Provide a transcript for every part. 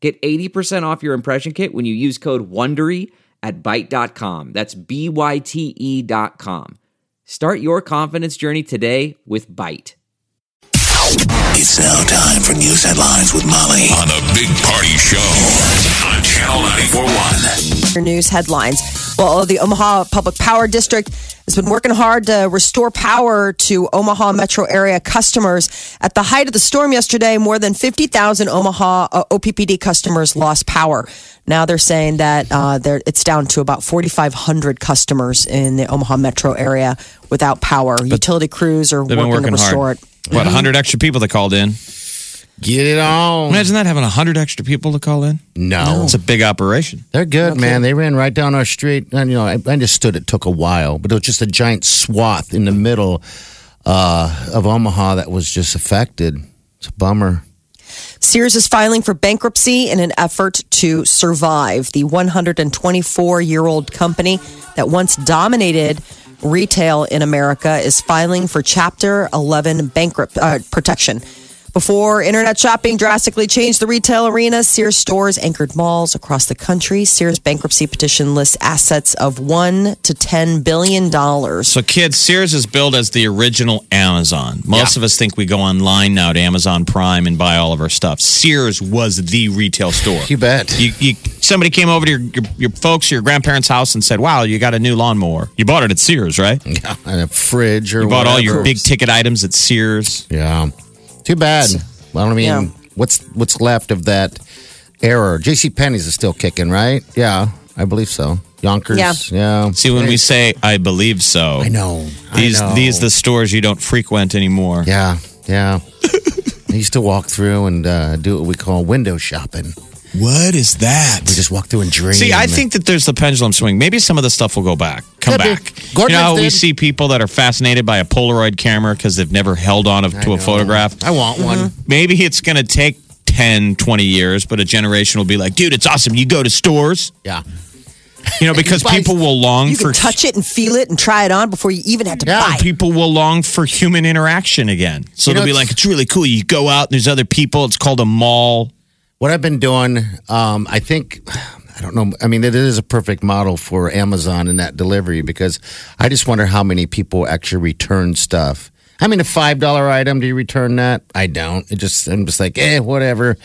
Get 80% off your impression kit when you use code WONDERY at Byte.com. That's B-Y-T-E E dot com. Start your confidence journey today with Byte. It's now time for news headlines with Molly on the Big Party Show on Channel 941. your news headlines. Well, the Omaha Public Power District has been working hard to restore power to Omaha metro area customers. At the height of the storm yesterday, more than 50,000 Omaha uh, OPPD customers lost power. Now they're saying that uh, they're, it's down to about 4,500 customers in the Omaha metro area without power. Utility crews are working, They've been working to restore hard. it. What, Mm-hmm. 100 extra people that called in? Get it on. Imagine that having 100 extra people to call in. No. It's a big operation. They're good, man. They ran right down our street. And, you know, I I understood it took a while, but it was just a giant swath in the middle uh, of Omaha that was just affected. It's a bummer. Sears is filing for bankruptcy in an effort to survive. The 124 year old company that once dominated retail in America is filing for Chapter 11 bankrupt uh, protection. Before internet shopping drastically changed the retail arena, Sears stores anchored malls across the country. Sears bankruptcy petition lists assets of 1 to 10 billion dollars. So, kids, Sears is billed as the original Amazon. Most of us think we go online now to Amazon Prime and buy all of our stuff. Sears was the retail store. You bet. You, you, somebody came over to your, your, your folks, or your grandparents' house, and said, Wow, you got a new lawnmower. You bought it at Sears, right? You and a fridge or bought all your whatever. big ticket items at Sears. Yeah. Too bad. Well, I mean, Yeah. what's what's left of that error? J.C. Penney's is still kicking, right? Yeah, I believe so. Yonkers. Yeah. Yeah. See, when we say, I believe so, I know. I these, know. these the stores you don't frequent anymore. Yeah, yeah. I used to walk through and uh, do what we call window shopping. What is that? We just walk through and dream. See, I think that there's the pendulum swing. Maybe some of the stuff will go back, come Could be. back. Gordon's you know, how we did. see people that are fascinated by a Polaroid camera because they've never held on of, I to a know. photograph. I want one. Maybe it's going to take 10, 20 years, but a generation will be like, dude, it's awesome. You go to stores, Yeah, you know, because buy- people will long You for can touch it and feel it and try it on before you even have to Yeah. buy it. people will long for human interaction again. So You know, they'll be it's- like, it's really cool. You go out and there's other people. It's called a mall. what I've been doing, um, I think, I don't know. I mean, it is a perfect model for Amazon in that delivery because I just wonder how many people actually return stuff. I mean, a five dollar item, do you return that? I don't. It just, I'm just like, eh, whatever.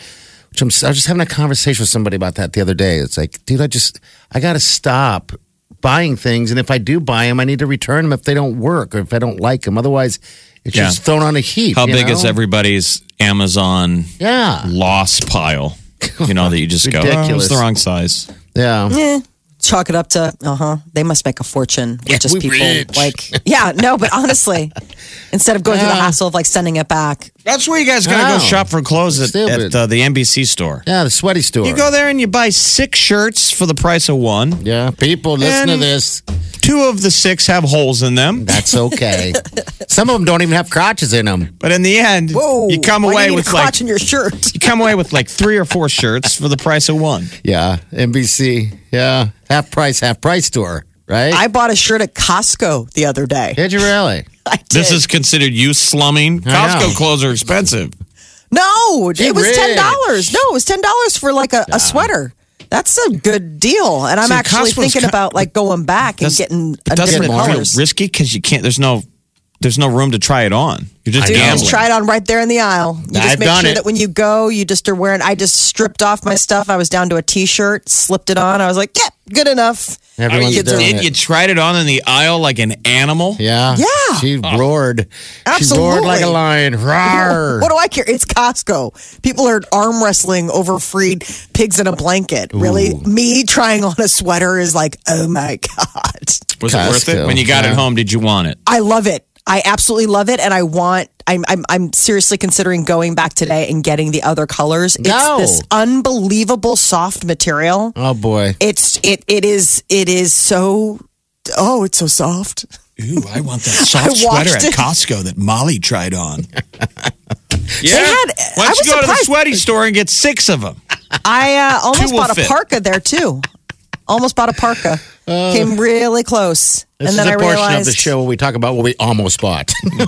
Which I'm, I was just having a conversation with somebody about that the other day. It's like, dude, I just, I got to stop buying things, and if I do buy them, I need to return them if they don't work or if I don't like them. Otherwise, it's Yeah. just thrown on a heap. How you big is know? everybody's Amazon Yeah, loss pile? You know, that you just go, oh, it's Ridiculous. the wrong size. yeah. chalk it up to uh huh. They must make a fortune with Yeah, just we people rich. like yeah no, but honestly, instead of going through the hassle of like sending it back, That's where you guys gotta go Oh. shop for clothes at, Stupid. at uh, the NBC store. Yeah, the sweaty store. You go there and you buy six shirts for the price of one. Yeah, people, listen to And- this. Two of the six have holes in them, That's okay. Some of them don't even have crotches in them. but in the end, whoa, you come why do away you need with a like crotch in your shirt. you come away with like three or four shirts for the price of one. Yeah, NBC. Yeah, half price, half price store, right? I bought a shirt at Costco the other day. Did you really? I did. This is considered you slumming. I know. Costco clothes are expensive. no, Gee, it was rich. ten dollars. No, it was ten dollars for like a, a sweater. That's a good deal, and I'm See, actually Costco's thinking ki- about like going back and That's- getting a but doesn't different it feel colors. risky because you can't. There's no there's no room to try it on. You're just I know. gambling. Just try it on right there in the aisle. You just I've make done sure it. that when you go, you just are wearing. I just stripped off my stuff. I was down to a t-shirt, slipped it on. I was like, "Yep, good enough." Are Everyone's you doing did. it. You tried it on in the aisle like an animal. yeah. Yeah. She roared. She roared like Absolutely. a lion. Roar. What do I care? It's Costco. People are arm wrestling over freed pigs in a blanket. Really, me trying on a sweater is like, oh my god, Was it worth it? Costco, When you got yeah. it home, did you want it? I love it. I absolutely love it, and I want. I'm I'm, I'm seriously considering going back today and getting the other colors. No. It's this unbelievable soft material. Oh boy. It's it it is it is so. Oh, it's so soft. Ooh, I want that soft watched sweater at it. Costco that Molly tried on. Yeah. had- Why I don't was you go to the surprised. sweaty store and get six of them? I uh, almost will bought a fit. parka there too. almost bought a parka. Came really close, This and then is I a portion realized. of the show where we talk about what we almost bought. No,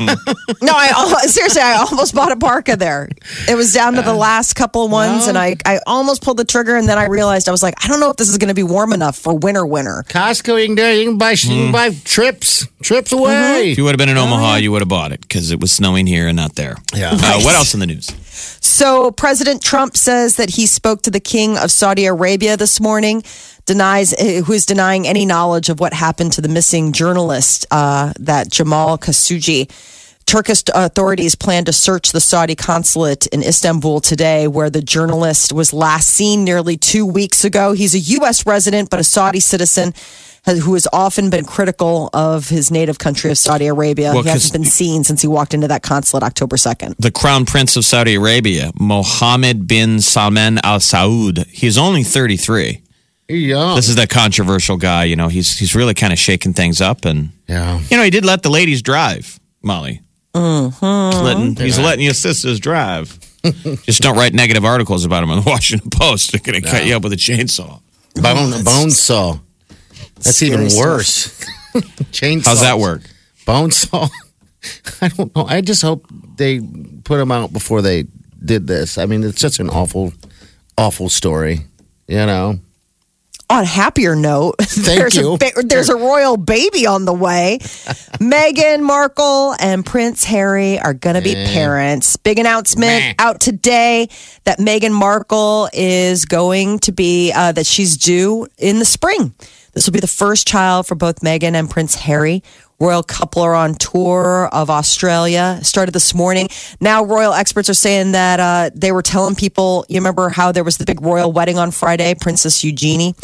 I al- seriously, I almost bought a parka there. It was down to the last couple ones, and I I almost pulled the trigger, and then I realized I was like, I don't know if this is going to be warm enough for winter, winter. Costco, you can do it. You can buy, you can buy trips, trips away. If you would have been Oh, in Omaha, you would have bought it because it was snowing here and not there. Yeah. Uh, what else in the news? So President Trump says that he spoke to the King of Saudi Arabia this morning, denies eh, who is denying any knowledge of what happened to the missing journalist uh, that Jamal Khashoggi. Turkish authorities plan to search the Saudi consulate in Istanbul today, where the journalist was last seen nearly two weeks ago. He's a U.S. resident, but a Saudi citizen has- who has often been critical of his native country of Saudi Arabia. Well, he 'cause- hasn't been seen since he walked into that consulate October 2nd. The Crown Prince of Saudi Arabia, Mohammed bin Salman Al Saud. He's only 33. Yeah. This is that controversial guy. You know, he's he's really kind of shaking things up, and Yeah. you know, he did let the ladies drive, Molly. Mm-hmm. He's letting, he's letting your sisters drive. Just don't write negative articles about him on the Washington Post. They're going to cut you up with a chainsaw. Bone, bone saw. That's even Scary worse. Chainsaw. How's that work? Bone saw. I don't know. I just hope they put them out before they did this. I mean, it's just an awful, awful story. You know. on a happier note, there's, you. A, ba- there's a royal baby on the way. Meghan Markle and Prince Harry are going to be parents. Big announcement out today that Meghan Markle is going to be, uh, that she's due in the spring. This will be the first child for both Meghan and Prince Harry. Royal couple are on tour of Australia. Started this morning. Now, royal experts are saying that uh, they were telling people. You remember how there was the big royal wedding on Friday, Princess Eugenie.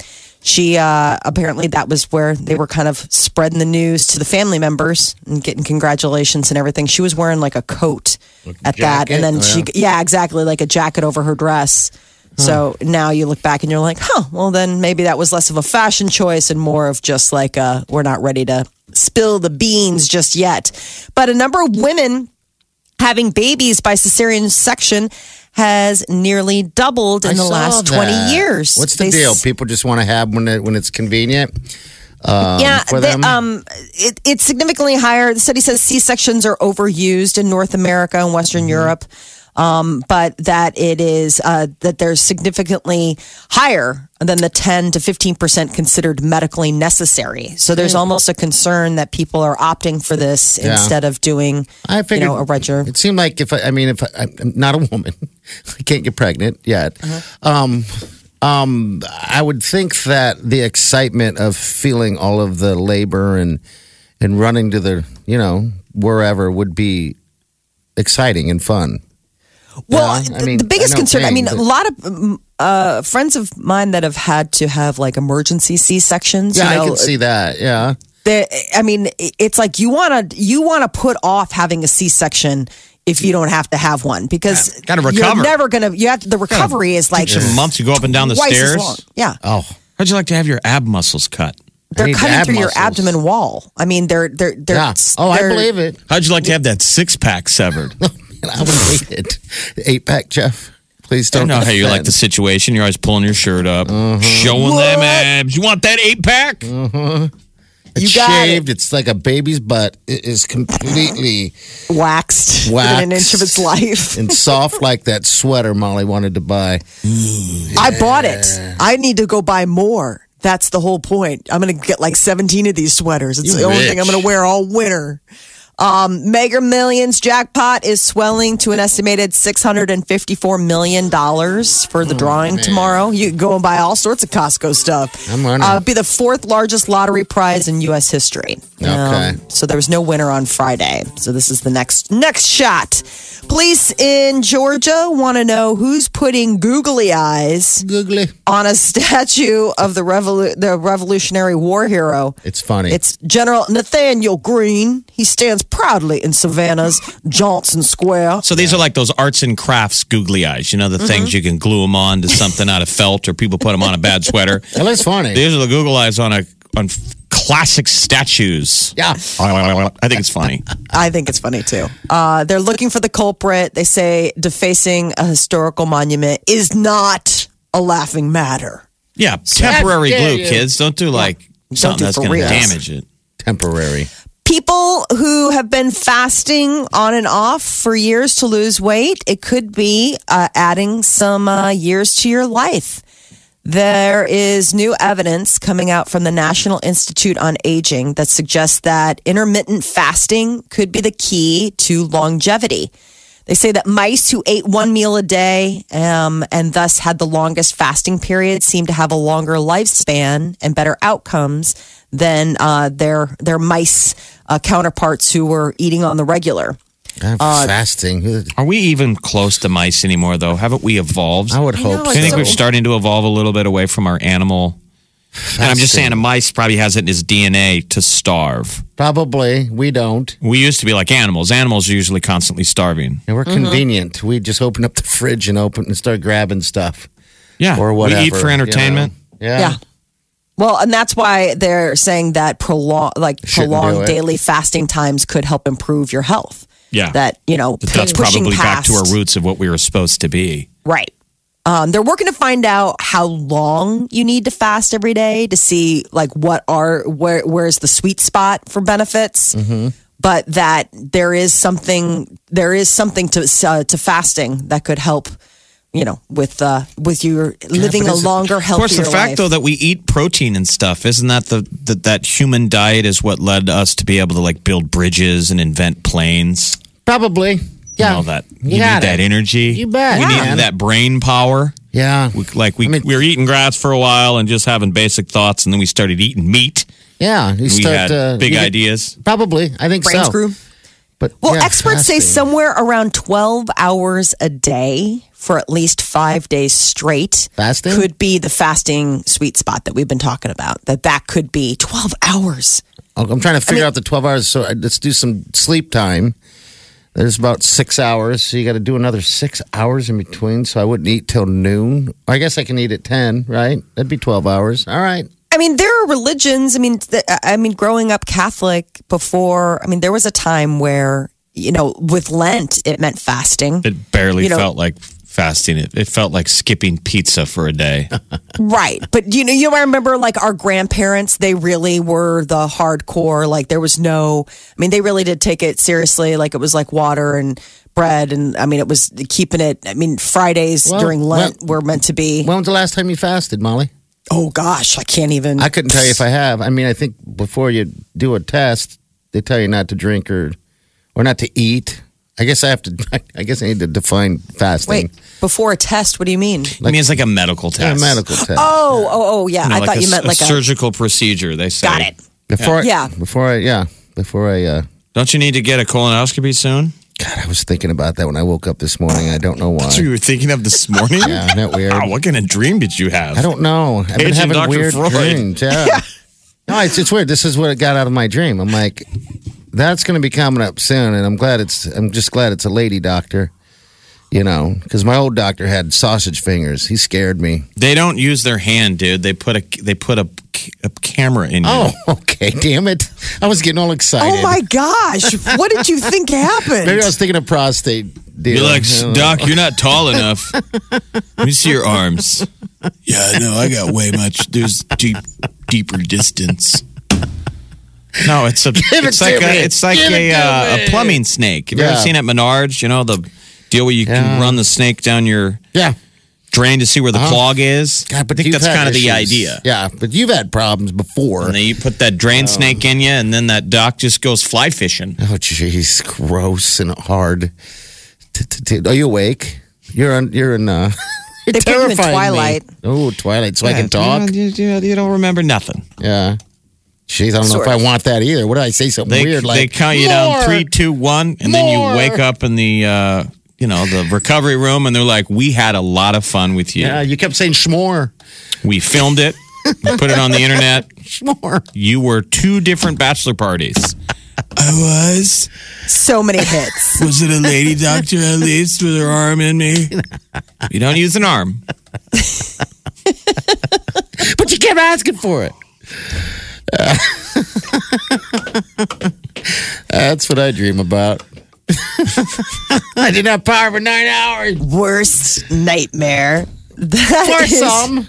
She uh, apparently that was where they were kind of spreading the news to the family members and getting congratulations and everything. She was wearing like a coat at that, and then she yeah exactly like a jacket over her dress. So now you look back and you're like, huh, well, then maybe that was less of a fashion choice and more of just like a, we're not ready to spill the beans just yet. But a number of women having babies by cesarean section has nearly doubled in I the saw last 20 that. years. What's the They deal? s- People just want to have when it, when it's convenient. yeah, for the- them? um, it, it's significantly higher. The study says C sections are overused in North America and Mm-hmm. Western Europe, um, but that it is uh, that they're significantly higher than the 10 to 15 percent considered medically necessary. So there's almost a concern that people are opting for this Mm. Yeah. instead of doing I figured you know, a regular. It seemed like if I, I mean, if I, I'm not a woman, I can't get pregnant yet. Uh-huh. Um, um, I would think that the excitement of feeling all of the labor and and running to the you know wherever would be exciting and fun. Well, Yeah, I the- mean, the biggest I know concern, I mean, pain, a but- lot of um, uh, friends of mine that have had to have like emergency C sections. Yeah, you know, I can see that. Yeah, the I mean, it's like you want to you want to put off having a C section if you don't have to have one because Yeah, gotta You're recover. never gonna. You have the recovery is like Some months you go up and down the twice as long. stairs. Yeah, Oh, How'd you like to have your ab muscles cut? they're need cutting ab through your muscles. abdomen wall. I mean, they're they're they're. yeah. Oh, I believe it. How'd you like to have that six pack severed? I And I would hate it. Eight pack, Jeff. Please don't. don't Mm-hmm. know how you like the offend. situation. You're always pulling your shirt up, showing them abs. You want that eight pack? It's You got it. shaved. It's like a baby's butt. It is completely. waxed, within an inch of its life. and soft like that sweater Molly wanted to buy. I bought it. I need to go buy more. That's the whole point. I'm going to get like 17 of these sweaters. It's You the only thing I'm rich. going to wear all winter. Um, Mega Millions jackpot is swelling to an estimated $654 million for Oh, the drawing tomorrow. You can go and buy all sorts of Costco stuff. I'm running. Uh, be the fourth largest lottery prize in U.S. history. Okay. Um, so there was no winner on Friday. So this is the next next shot. Police in Georgia want to know who's putting googly eyes Googly. on a statue of the revolu- the Revolutionary War hero. It's funny. It's General Nathaniel Greene. He stands proudly in Savannah's Johnson Square. So these are like those arts and crafts googly eyes. You know the Mm-hmm. things you can glue them on to something out of felt, or people put them on a bad sweater. It looks funny. These are the Google eyes on a on f- classic statues. Yeah. I think it's funny. I think it's funny too. Uh, they're looking for the culprit. They say defacing a historical monument is not a laughing matter. Yeah, temporary How dare glue, you. kids. Don't do like something do that's for going to reals. damage it. Temporary. people who have been fasting on and off for years to lose weight, it could be uh, adding some uh, years to your life. There is new evidence coming out from the National Institute on Aging that suggests that intermittent fasting could be the key to longevity. They say that mice who ate one meal a day um, and thus had the longest fasting period seem to have a longer lifespan and better outcomes than uh, their their mice uh, counterparts who were eating on the regular. I'm Uh, fasting. Are we even close to mice anymore, though? Haven't we evolved? I would I hope know, Do you so. think so- we're starting to evolve a little bit away from our animal? And I'm just saying, a mice probably has it in his DNA to starve. Probably. We don't. We used to be like animals. Animals are usually constantly starving. And we're Mm-hmm. convenient. We just open up the fridge and open and start grabbing stuff Yeah, or whatever. We eat for you know. entertainment. Yeah. Yeah. Well, and that's why they're saying that prolong, like Shouldn't do prolonged it. daily fasting times could help improve your health. Yeah. That you know, But that's pushing probably back to past- our roots of what we were supposed to be. Right. Um, they're working to find out how long you need to fast every day to see like what are where where's the sweet spot for benefits. Mm-hmm. But that there is something there is something to uh, to fasting that could help, you know, with uh, with your living a longer, Of course, healthier the fact life. though that we eat protein and stuff isn't that the, the that human diet is what led us to be able to like build bridges and invent planes. Probably. Yeah. and all that. You, got need that it. energy. You bet, We man. need that brain power. Yeah. We, like we, I mean- we were eating grass for a while and just having basic thoughts, and then we started eating meat. Yeah. You We start had uh, big you get- ideas. Probably. I think brain so. screw. But Well, yeah, experts say fasting. somewhere around 12 hours a day for at least five days straight Fasting? could be the fasting sweet spot that we've been talking about. That that could be 12 hours. Oh, I'm trying to figure mean- out the 12 hours. So I- let's do some sleep time. There's about six hours. So you got to do another six hours in between. So I wouldn't eat till noon. I guess I can eat at 10, right? That'd be 12 hoars. All right. I mean, there are religions. I mean, th- I mean, growing up Catholic before, I mean, there was a time where you know, with Lent, it meant fasting. It barely You know- felt like fasting. It, it felt like skipping pizza for a day. Right. But you know, you know, I remember like our grandparents, they really were the hardcore. Like there was no, I mean, they really did take it seriously. Like it was like water and bread. And I mean, it was keeping it, I mean, Fridays Well, during Lent were well- meant to be, When was the last time you fasted, Molly? oh gosh, I can't even. I couldn't tell you if I have. I mean, I think before you do a test, they tell you not to drink or or not to eat. I guess I have to. I guess I need to define fasting. Wait, before a test, what do you mean? I mean, it's like a medical A test. medical test. Oh, oh, oh, yeah. No, I like thought a you s- meant a like a. surgical procedure. They say. got it. before Yeah. I, before I yeah before I uh, Don't you need to get a colonoscopy soon? God I was thinking about that when I woke up this morning. I don't know why. That's what you were thinking of this morning. Yeah, isn't that weird? Wow, what kind of dream did you have? I don't know. I've been Paging having Dr. weird Freud. dreams. Yeah. No, it's, it's weird. This is what it got out of my dream. I'm like, that's going to be coming up soon, and I'm glad it's. I'm just glad it's a lady doctor. You know, because my old doctor had sausage fingers. He scared me. They don't use their hand, dude. They put a they put a, a camera in you. Oh, okay. Damn it! I was getting all excited. Oh my gosh. What did you think happened? Maybe I was thinking of prostate. Deal. You're like, I don't know. Doc, you're not tall enough. Let me see your arms. Yeah, no, I got way much. There's deep, deeper distance. No, it's a it it's like to me. a it's like Give it a, to uh, a me. plumbing snake. Have you ever Yeah. seen at Menards? You know the deal where you Yeah. can run the snake down your Yeah. drain to see where the clog is. God, I but think you've that's had kind of the issues. idea. Yeah, but you've had problems before. And then you put that Oh. drain snake in you, and then that doc just goes fly fishing. Oh, jeez, gross and hard. T- t- t- Are you awake? You're on. You're in. Uh, They put you in terrifying me. Twilight. Oh, Twilight, so I can You, talk. know, you, you, you don't remember nothing. Yeah. Jeez, I don't know if Sort I of. want that either. What did I say? Something They, weird like they count you "More!" down three, two, one, and then More. you wake up in the uh, you know the recovery room, and they're like, "We had a lot of fun with you. Yeah, you kept saying schmore, We filmed it, we put it on the internet. schmore. You were two different bachelor parties. I was. So many hits. Was it a lady doctor at least with her arm in me? You don't use an arm. But you kept asking for it. Uh, that's what I dream about. I didn't have power for nine hours. Worst nightmare. That For is- some.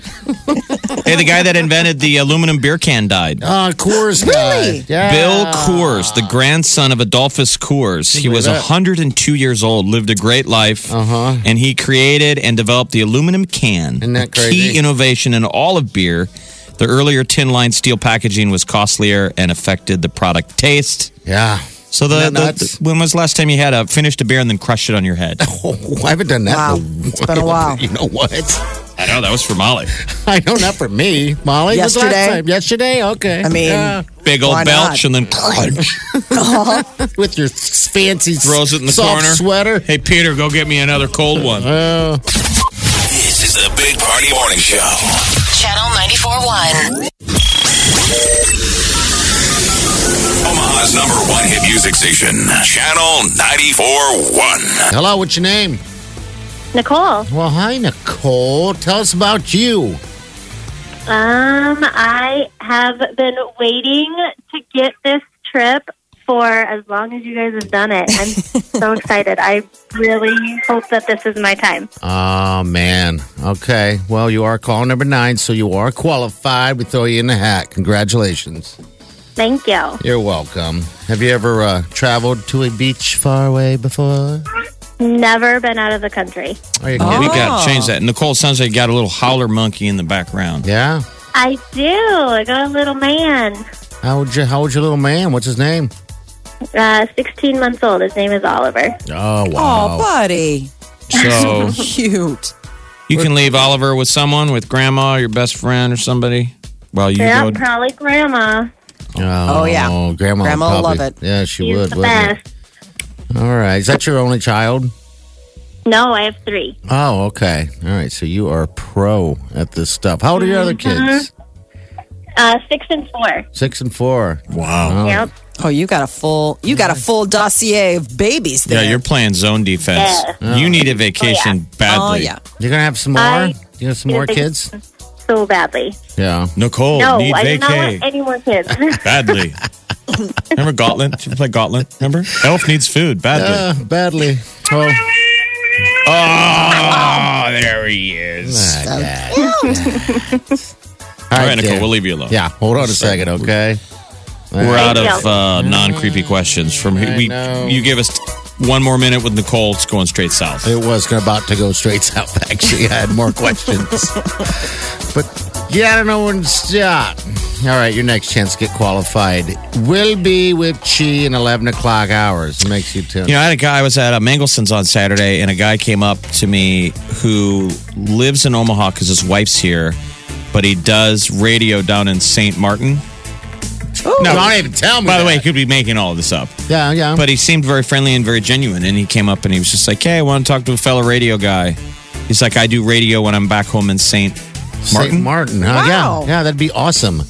Hey, the guy that invented the aluminum beer can died. Uh, Coors Really? guy. Yeah. Bill Coors, the grandson of Adolphus Coors. He was that. 102 years old, lived a great life, Uh-huh. and he created and developed the aluminum can. Isn't that a Key crazy? innovation in all of beer. The earlier tin lined steel packaging was costlier and affected the product taste. Yeah. So the, Isn't that the- nuts? when was the last time you had a finished a beer and then crushed it on your head? Oh, I haven't done that. Wow. in It's been a while. You know what? I know that was for Molly. I know not for me, Molly. was last Yesterday? time. Yesterday, okay. Uh, I mean, Yeah. Big old Why not? belch and then crunch. with your fancy s- Throws it in the soft corner. sweater. Hey Peter, go get me another cold one. Oh. This is the Big Party Morning Show. Channel 94.1. Omaha's number one hit music station, Channel 94.1. Hello, what's your name? Nicole. Well, hi, Nicole. Tell us about you. Um, I have been waiting to get this trip for as long as you guys have done it. I'm so excited. I really hope that this is my time. Oh, man. Okay. Well, you are call number nine, so you are qualified. We throw you in the hat. Congratulations. Thank you. You're welcome. Have you ever uh, traveled to a beach far away before? Never been out of the country. Are you Oh. We kidding? got to change that. Nicole sounds like you got a little howler monkey in the background. Yeah. I do. I got a little man, How old your How old your little man? What's his name? uh, 16 months old. His name is Oliver. Oh Oh, buddy. So Cute. you can leave Oliver with someone, with grandma, your best friend, or somebody. Well, you Yeah, go. probably grandma. Oh, yeah. Grandma. Grandma would will love it. probably- Yeah, she She's would. the wouldn't it? best. All right. Is that your only child? No, I have three. Oh, okay. All right. So you are pro at this stuff. How old are your other Mm-hmm. kids? Uh, six and four. Six and four. Wow. Yep. Oh, you got a full you got a full dossier of babies Yeah, there. you're playing zone defense. You need a vacation badly. Oh yeah. You're gonna have some more. I- you have some more Yeah, kids. So badly. Yeah. Nicole, no, need I do not vacay want any more kids. badly. remember Gotland? Did you play Gotland? Remember? Elf needs food badly. Uh, badly. Oh, Oh, there he is. my God. All right, Nicole, Dan. we'll leave you alone. Yeah. Hold on a second, okay? We're out of Thank you. uh, non creepy questions from here. I We, know. you give us one more minute with Nicole. It's going straight south. It was gonna- about to go straight south. Actually, I had more questions, but yeah, I don't know when. Yeah. All right, your next chance to get qualified will be with Chi in eleven o'clock hours. Makes you tune. You know, I had a guy. I was at a Mangelson's on Saturday, and a guy came up to me who lives in Omaha because his wife's here, but he does radio down in Saint Martin. no, don't even tell me. By the way, he that. could be making all of this up, yeah, yeah. but he seemed very friendly and very genuine. And he came up and he was just like, "Hey, I want to talk to a fellow radio guy." He's like, "I do radio when I'm back home in Saint Martin? Martin." Martin, huh? Wow. Yeah, yeah, that'd be awesome.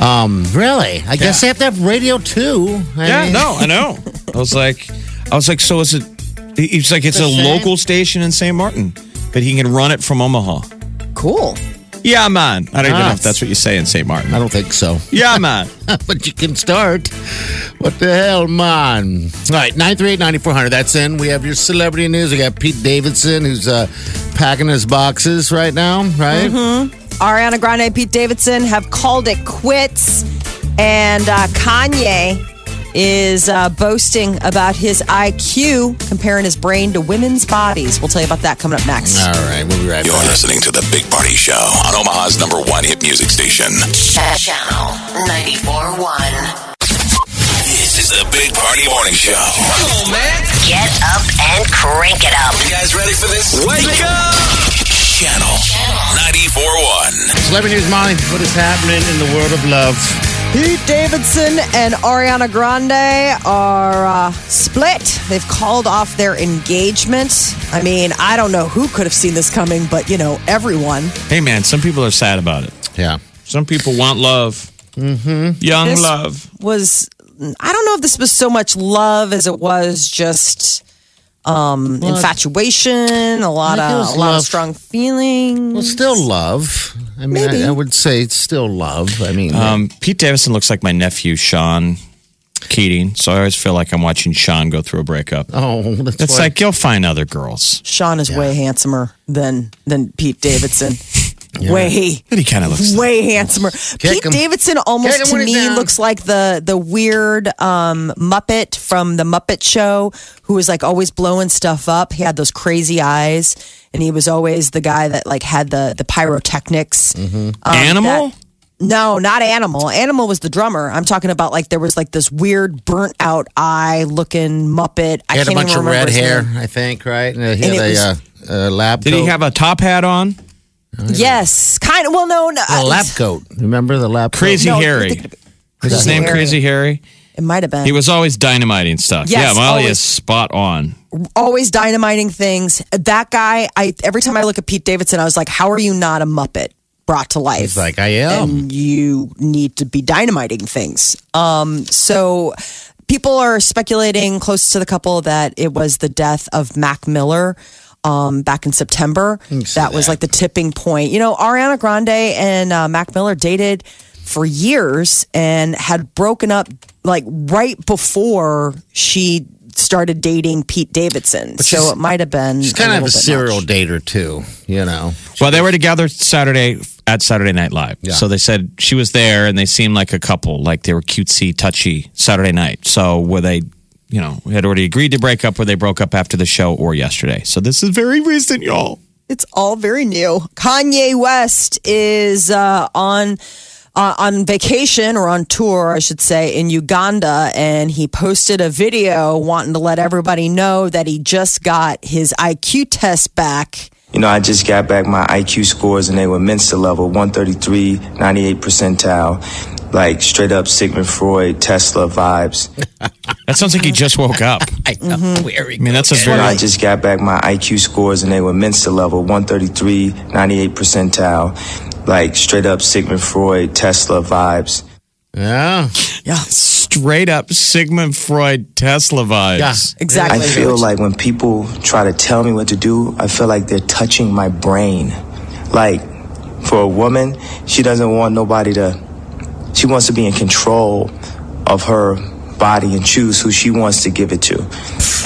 Um, really? I guess they have to have radio too. I Yeah, mean- no, I know. I was like, I was like, so is it? he- He's like, it's a The same? local station in Saint Martin, but he can run it from Omaha. Cool. Yeah, man. I don't even Ah. know if that's what you say in Saint Martin. I don't think so. Yeah, man. but you can start. What the hell, man? All right, 938-9400. That's in. We have your celebrity news. We got Pete Davidson, who's uh, packing his boxes right now, right? Ariana Grande and Pete Davidson have called it quits. And uh, Kanye is uh, boasting about his IQ, comparing his brain to women's bodies. We'll tell you about that coming up next. All right, we'll be right You're back. listening to the Big Party Show on Omaha's number one hit music station. Channel 94.1. This is the Big Party Morning Show. Come on, man. Get up and crank it up. You guys ready for this? Wake up! Channel 94.1. Celebrity news, Molly. What is happening in the world of love? Pete Davidson and Ariana Grande are uh, split. They've called off their engagement. I mean, I don't know who could have seen this coming, but you know, everyone. Hey, man. Some people are sad about it. Yeah. Some people want love. Mm-hmm. Young This love. was I don't know if this was so much love as it was just um, infatuation, a lot I think it of was a lot of love. strong feelings. Well, still love. I mean, I, I would say it's still love. I mean, Um, Pete Davidson looks like my nephew Sean Keating, so I always feel like I'm watching Sean go through a breakup. oh, that's It's why- like you'll find other girls. Sean is way handsomer than than Pete Davidson. Way But he kind of looks. way handsomer. Pete him. Davidson Kick almost him to when he's me down. looks like the the weird um, Muppet from the Muppet Show, who was like always blowing stuff up. He had those crazy eyes, and he was always the guy that like had the the pyrotechnics. Animal? that- No, not animal. Animal was the drummer. I'm talking about like there was like this weird burnt out eye looking Muppet. I he had can't a bunch even of remember red his hair, name. I think, right? And he And had it a, uh, a lab Did coat. he have a top hat on? Yes, kind of. Well, no, uh, no. a I- lab coat? Remember the lab Crazy No, Harry. you're thinking- Was his Crazy name Harry. Crazy Harry? It might have been. He was always dynamiting stuff. Yes, yeah, Molly always. is spot on. always dynamiting things. That guy, I every time I look at Pete Davidson, I was like, "How are you not a Muppet brought to life?" Coat? Like I am. and you need to be dynamiting things. Um, so people are speculating close to the couple that it was the death of Mac Miller. Um, back in September, Mm, that was like the tipping point. You know, Ariana Grande and uh, Mac Miller dated for years and had broken up like right before she started dating Pete Davidson. So it might have been She's kind of little a bit serial much. dater too. You know, Well, they were together Saturday at Saturday Night Live. Yeah. So they said she was there and they seemed like a couple, like they were cutesy, touchy Saturday night. So were they, you know, had already agreed to break up or they broke up after the show or yesterday. So this is very recent, y'all. It's all very new. Kanye West is uh, on uh, on vacation or on tour, I should say, in Uganda, and he posted a video wanting to let everybody know that he just got his IQ test back. You know, I just got back my IQ scores and they were Mensa level 133, 98 percentile, like straight up Sigmund Freud, Tesla vibes. That sounds like he just woke up. I know where he I mean, that's a You know, I very just got back my IQ scores and they were Mensa level 133, 98 percentile, like straight up Sigmund Freud, Tesla vibes. Yeah, straight up Sigmund Freud Tesla vibes. yeah, I Exactly. feel like when people try to tell me what to do, I feel like they're touching my brain. Like, for a woman, she doesn't want nobody to, she wants to be in control of her body and choose who she wants to give it to.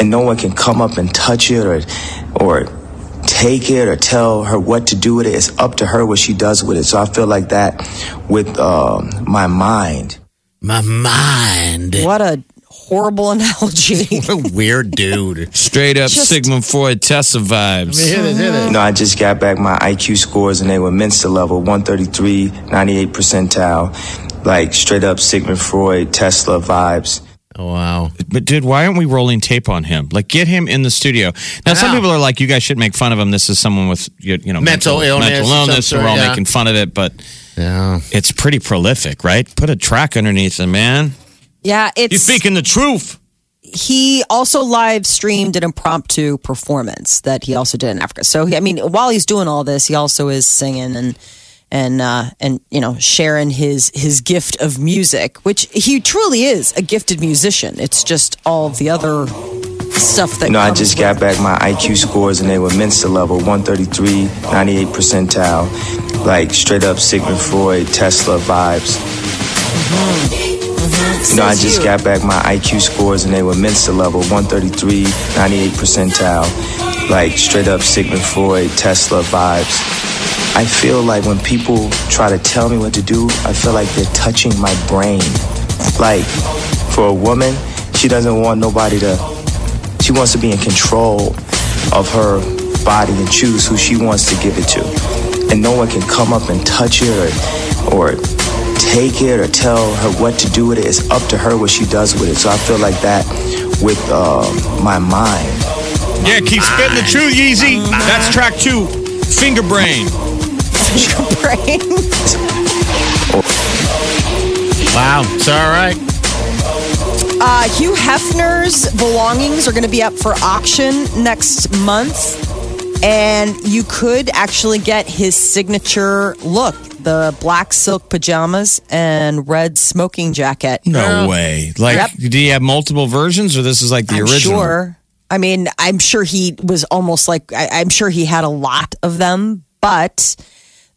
And no one can come up and touch it or, or take it or tell her what to do with it. It's up to her what she does with it. So I feel like that with um, my mind. My mind. What a horrible analogy. What a weird dude. Straight up Just- Sigmund Freud Tesla vibes. Hit it, hit it. You know, I just got back my IQ scores and they were Mensa level 133, 98 percentile, like straight up Sigmund Freud, Tesla vibes. Oh, Wow. But dude, why aren't we rolling tape on him? Like, get him in the studio. Now, some Yeah. people are like, you guys should make fun of him. This is someone with you you know Mental illness Mental of some illness. sort, We're all yeah. making fun of it, but Yeah. it's pretty prolific, right? Put a track underneath him, man. yeah, it's He's speaking the truth. he also live streamed an impromptu performance that he also did in Africa. So he- I mean, while he's doing all this, he also is singing and and uh, and you know sharing his his gift of music, which he truly is a gifted musician. It's just all of the other stuff that. You know, I comes just with got back my IQ scores and they were Mensa level 133, 98 percentile, like straight up Sigmund Freud, Tesla vibes. You know, I just got back my IQ scores and they were Mensa level 133, 98 percentile, like straight up Sigmund Freud, Tesla vibes. I feel like when people try to tell me what to do, I feel like they're touching my brain. Like, for a woman, she doesn't want nobody to she wants to be in control of her body and choose who she wants to give it to. And no one can come up and touch it or, or take it or tell her what to do with it. It's up to her what she does with it. So I feel like that with um my mind. Yeah, keep spitting the truth, Yeezy. That's track two. Finger brain. your brain. Wow. It's all right. Uh, Hugh Hefner's belongings are going to be up for auction next month, and you could actually get his signature look, the black silk pajamas and red smoking jacket. No way. Like, Yep. do you have multiple versions, or this is like the I'm original? sure. I mean, I'm sure he was almost like I, I'm sure he had a lot of them, but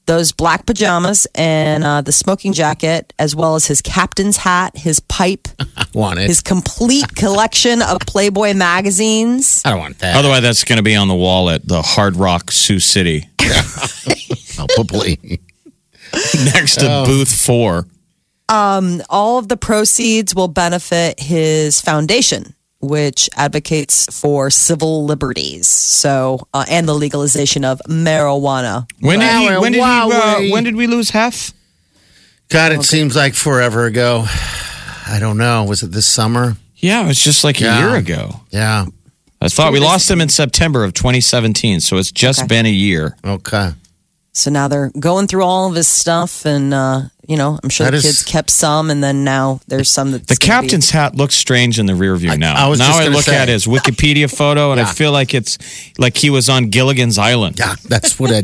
those black pajamas and uh, the smoking jacket, as well as his captain's hat, his pipe, want it. his complete collection of Playboy magazines. I don't want that. Otherwise, that's going to be on the wall at the Hard Rock Sioux City Oh, Probably. next to booth four. All of the proceeds will benefit his foundation, which advocates for civil liberties. So, uh, and the legalization of marijuana. When did, he, when, did he, uh, Wowee. when did we lose Hef? God, it seems like forever ago. I don't know. Was it this summer? Yeah, it was just like Yeah. a year ago. Yeah. I thought we lost him in September of 2017, so it's just been a year. Okay. So now they're going through all of his stuff, and uh, you know, I'm sure That the is- kids kept some, and then now there's some that's The gonna be- captain's hat looks strange in the rear view now. I was now just I gonna look say. at his Wikipedia photo, and I Yeah. feel like it's like he was on Gilligan's Island. Yeah, that's what I.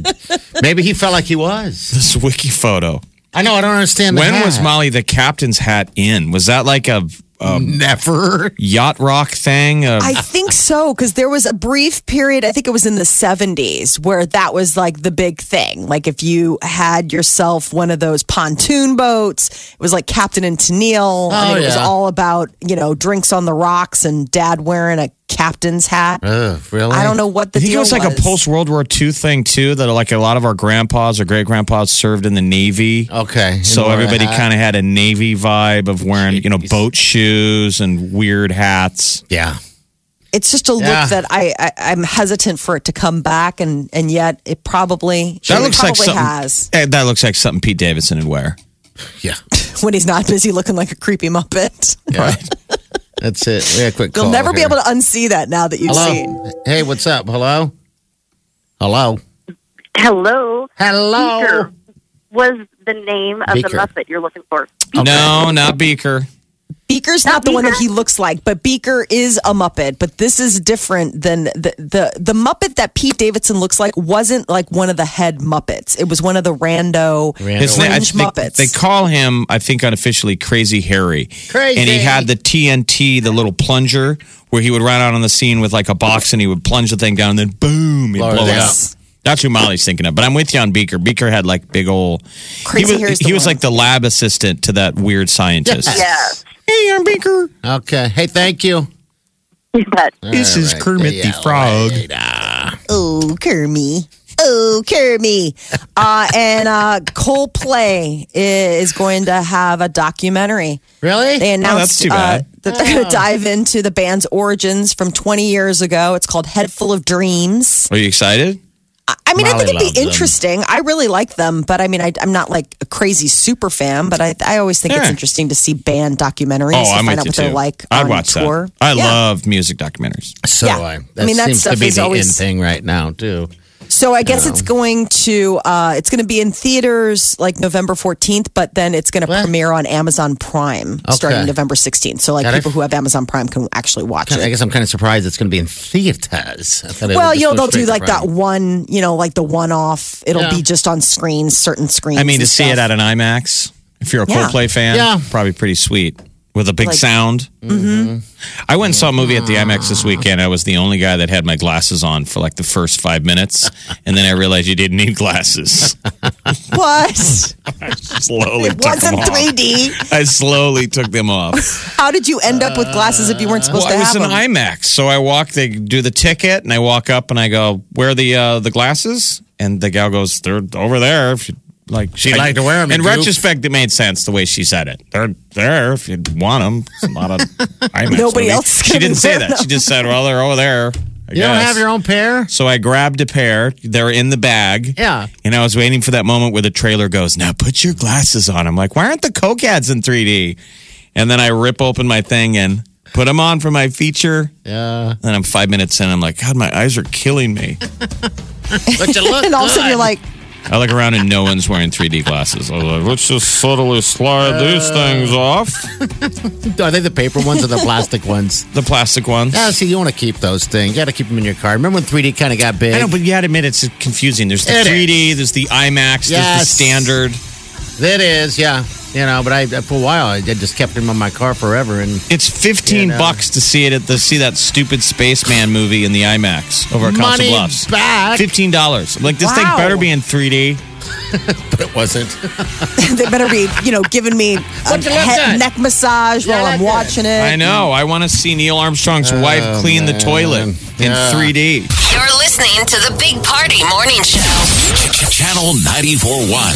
maybe he felt like he was. This wiki photo. I know. I don't understand. the When was hat. Molly the captain's hat in? Was that like a, a never? yacht rock thing? A- I think so because there was a brief period. I think it was in the 70s where that was like the big thing. Like if you had yourself one of those pontoon boats, it was like Captain and Tennille. Oh, and it was yeah. all about you know drinks on the rocks and Dad wearing a captain's hat. Ugh, really? I don't know what the I think it deal was like a post World War II thing too. That like a lot of our grandpas or great grandpas served in the Navy. Okay. So everybody kind of had a navy vibe of wearing, you know, boat shoes and weird hats. of. Yeah. It's just a look Yeah. that I, I I'm hesitant for it to come back, and and yet it probably That it looks like probably something. has eh, That looks like something Pete Davidson would wear. Yeah. when he's not busy looking like a creepy muppet. Right? That's it. We had a quick You'll Oh, call never be here. able to unsee that now that you've seen. Hello. Hey, what's up? Hello. Hello. Hello. Hello. Beaker was the name of Beaker. the Muppet you're looking for. No, not Beaker. Beaker's not, the one that Beaker? he looks like, but Beaker is a Muppet. But this is different than the, the the Muppet that Pete Davidson looks like wasn't like one of the head Muppets. It was one of the rando. His name, I Fringe think Muppets. they, call him, I think, unofficially Crazy Harry. Crazy. And he had the TNT, the little plunger, where he would run out on the scene with like a box and he would plunge the thing down and then boom, he'd Blow it blow it out. up. That's who Molly's thinking of. But I'm with you on Beaker. Beaker had like big old. Crazy he was, Harry's the he was one. like the lab assistant to that weird scientist. Yes. Hey, I'm Beaker. Okay. Hey, thank you. But This is All right. Kermit the Yeah, Frog. Oh, Kermit. Oh, Kermit. Uh, and uh, Coldplay is going to have a documentary. Really? They announced Oh, that's too uh, bad. that they're going to dive into the band's origins from 20 years ago. It's called Head Full of Dreams. Are you excited? I mean, I Molly think it'd loves be them. interesting. I really like them, but I mean, I, I'm not like a crazy super fan, but I, I always think it's Yeah. interesting to see band documentaries Oh, to I'm find with out you what too. they're like I'd on watch tour. that. I Yeah. love music documentaries. So Yeah. I. I That mean, that seems stuff to be is the always- in thing right now too. So I guess it's going to uh, it's going to be in theaters like November 14th, but then it's going to What? premiere on Amazon Prime starting Okay. November 16th. So like Got it. people who have Amazon Prime can actually watch Kinda- I it. guess I'm kind of surprised it's going to be in theaters. I thought it Well, would just you know go they'll do straight to like that Prime. one, you know, like the one off. It'll Yeah. be just on screens, certain screens. I mean, to and see stuff. it at an IMAX, if you're a Yeah. Coldplay fan, Yeah. probably pretty sweet with a big Like- sound. Mm-hmm. I went and saw a movie at the IMAX this weekend. I was the only guy that had my glasses on for like the first five minutes, and then I realized you didn't need glasses. what? slowly it took them wasn't off. 3D. I slowly took them off. How did you end up with glasses if you weren't supposed Well, it to was have an them? IMAX, so I walk. They do the ticket, and I walk up and I go, "Where are the uh, the glasses?" And the gal goes, "They're over there." If you, like she like to wear 'em, In you goof. retrospect, it made sense the way she said it. They're there if you want them. It's a lot of IMAX. Nobody movie. else is She gonna didn't be say wearing that. She just said, "Well, they're over there." I You don't guess. have your own pair. So I grabbed a pair. They're in the bag. Yeah. And I was waiting for that moment where the trailer goes, now put your glasses on. I'm like, why aren't the Coke ads in 3D? And then I rip open my thing and put them on for my feature. Yeah. And I'm five minutes in. I'm like, God, my eyes are killing me. But you look and all of a sudden good. you're like, I look around and no one's wearing 3D glasses. I was like, let's just subtly slide Uh. these things off. Are they the paper ones or the plastic ones? The plastic ones. Yeah, see, you want to keep those things. You got to keep them in your car. Remember when 3D kind of got big? I know, but you had to admit it's confusing. There's the It 3D, there's the IMAX, there's the Yes. standard. That is, yeah. You know, but I for a while I just kept him in my car forever, and It's fifteen You know. bucks to see it at the see that stupid spaceman movie in the IMAX over at Council Money Bluffs. back. Fifteen dollars. Like this Wow. thing better be in three D. but it wasn't. they better be, you know, giving me a you look head, good. neck massage Yeah, while I'm look good. watching it. I know. I want to see Neil Armstrong's wife clean the Oh, man. toilet Yeah. in three D. You're listening to the Big Party Morning Show. Channel 94.1.